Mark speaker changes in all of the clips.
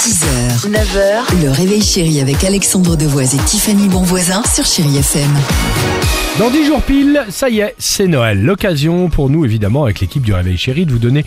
Speaker 1: 6h, 9h, le réveil chéri avec Alexandre Devoise et Tiffany Bonvoisin sur Chéri FM.
Speaker 2: Dans 10 jours pile, ça y est, c'est Noël. L'occasion pour nous, évidemment, avec l'équipe du Réveil Chéri, de vous donner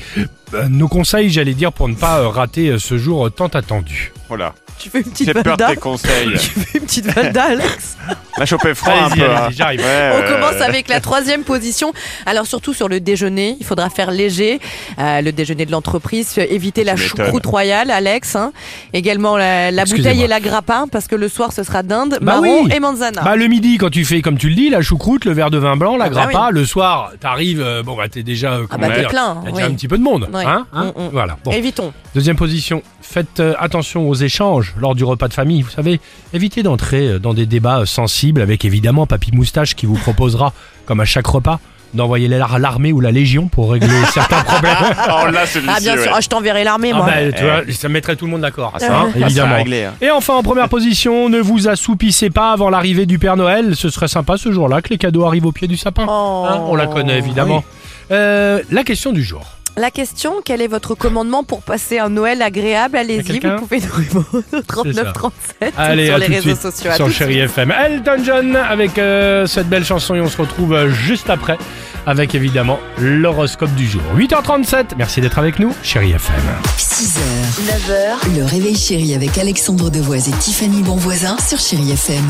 Speaker 2: euh, nos conseils, j'allais dire, pour ne pas euh, rater euh, ce jour euh, tant attendu.
Speaker 3: Voilà,
Speaker 4: Tu fais une petite
Speaker 3: Oh j'ai peur de
Speaker 4: valda.
Speaker 3: tes conseils.
Speaker 4: Tu fais une petite valda, Alex.
Speaker 3: On a chopé froid un
Speaker 2: Allez-y,
Speaker 3: peu.
Speaker 2: allez-y,
Speaker 3: hein.
Speaker 2: j'arrive.
Speaker 3: Ouais,
Speaker 4: On
Speaker 3: euh,
Speaker 4: commence avec la troisième position. Alors surtout sur le déjeuner, il faudra faire léger. Euh, le déjeuner de l'entreprise, euh, éviter la
Speaker 3: Tu m'étonnes.
Speaker 4: choucroute royale, Alex. hein. Également la, la
Speaker 2: Excusez-moi.
Speaker 4: bouteille et la grappin, parce que le soir ce sera dinde,
Speaker 2: Bah
Speaker 4: marron
Speaker 2: oui.
Speaker 4: et manzana.
Speaker 2: Bah le midi quand tu fais comme tu le dis la choucroute, le verre de vin blanc, la
Speaker 4: Ah bah Ah
Speaker 2: grappa, le soir t'arrives euh, bon bah t'es déjà euh, comment
Speaker 3: bah, t'es
Speaker 2: dire,
Speaker 4: plein,
Speaker 2: t'as déjà
Speaker 4: oui.
Speaker 2: un petit peu de monde
Speaker 4: Oui.
Speaker 2: hein, hein
Speaker 4: Mm, mm.
Speaker 2: voilà bon.
Speaker 4: Évitons.
Speaker 2: Deuxième position, faites euh, attention aux échanges lors du repas de famille. Vous savez, évitez d'entrer euh, dans des débats euh, sensibles avec évidemment Papy Moustache qui vous proposera, comme à chaque repas, d'envoyer l'ar- l'armée ou la légion pour régler certains problèmes.
Speaker 3: Oh là, celui-ci.
Speaker 4: Ah bien sûr,
Speaker 3: ouais.
Speaker 4: Ah, je t'enverrai l'armée,
Speaker 2: Ah
Speaker 4: moi.
Speaker 2: bah, tu vois, ça mettrait tout le monde d'accord,
Speaker 3: Ah,
Speaker 2: ça,
Speaker 3: ça,
Speaker 2: hein,
Speaker 3: ça sera
Speaker 2: évidemment.
Speaker 3: réglé, hein.
Speaker 2: Et enfin, en première position, ne vous assoupissez pas avant l'arrivée du Père Noël. Ce serait sympa ce jour-là que les cadeaux arrivent au pied du sapin.
Speaker 4: Oh.
Speaker 2: Hein, on la connaît évidemment. Euh, la question du jour.
Speaker 4: La question, quel est votre commandement pour passer un Noël agréable
Speaker 2: Y
Speaker 4: Allez-y,
Speaker 2: a quelqu'un
Speaker 4: vous pouvez nous répondre au
Speaker 2: C'est ça.
Speaker 4: 39 37
Speaker 2: Allez,
Speaker 4: sur
Speaker 2: à
Speaker 4: les
Speaker 2: tout de
Speaker 4: réseaux
Speaker 2: suite
Speaker 4: sociaux. À
Speaker 2: sur
Speaker 4: tout de suite.
Speaker 2: Chéri FM. Elton John avec euh, cette belle chanson et on se retrouve euh, juste après avec évidemment l'horoscope du jour. 8h37, merci d'être avec nous, Chéri FM.
Speaker 1: 6h, 9h, le réveil chéri avec Alexandre Devoise et Tiffany Bonvoisin sur Chéri FM.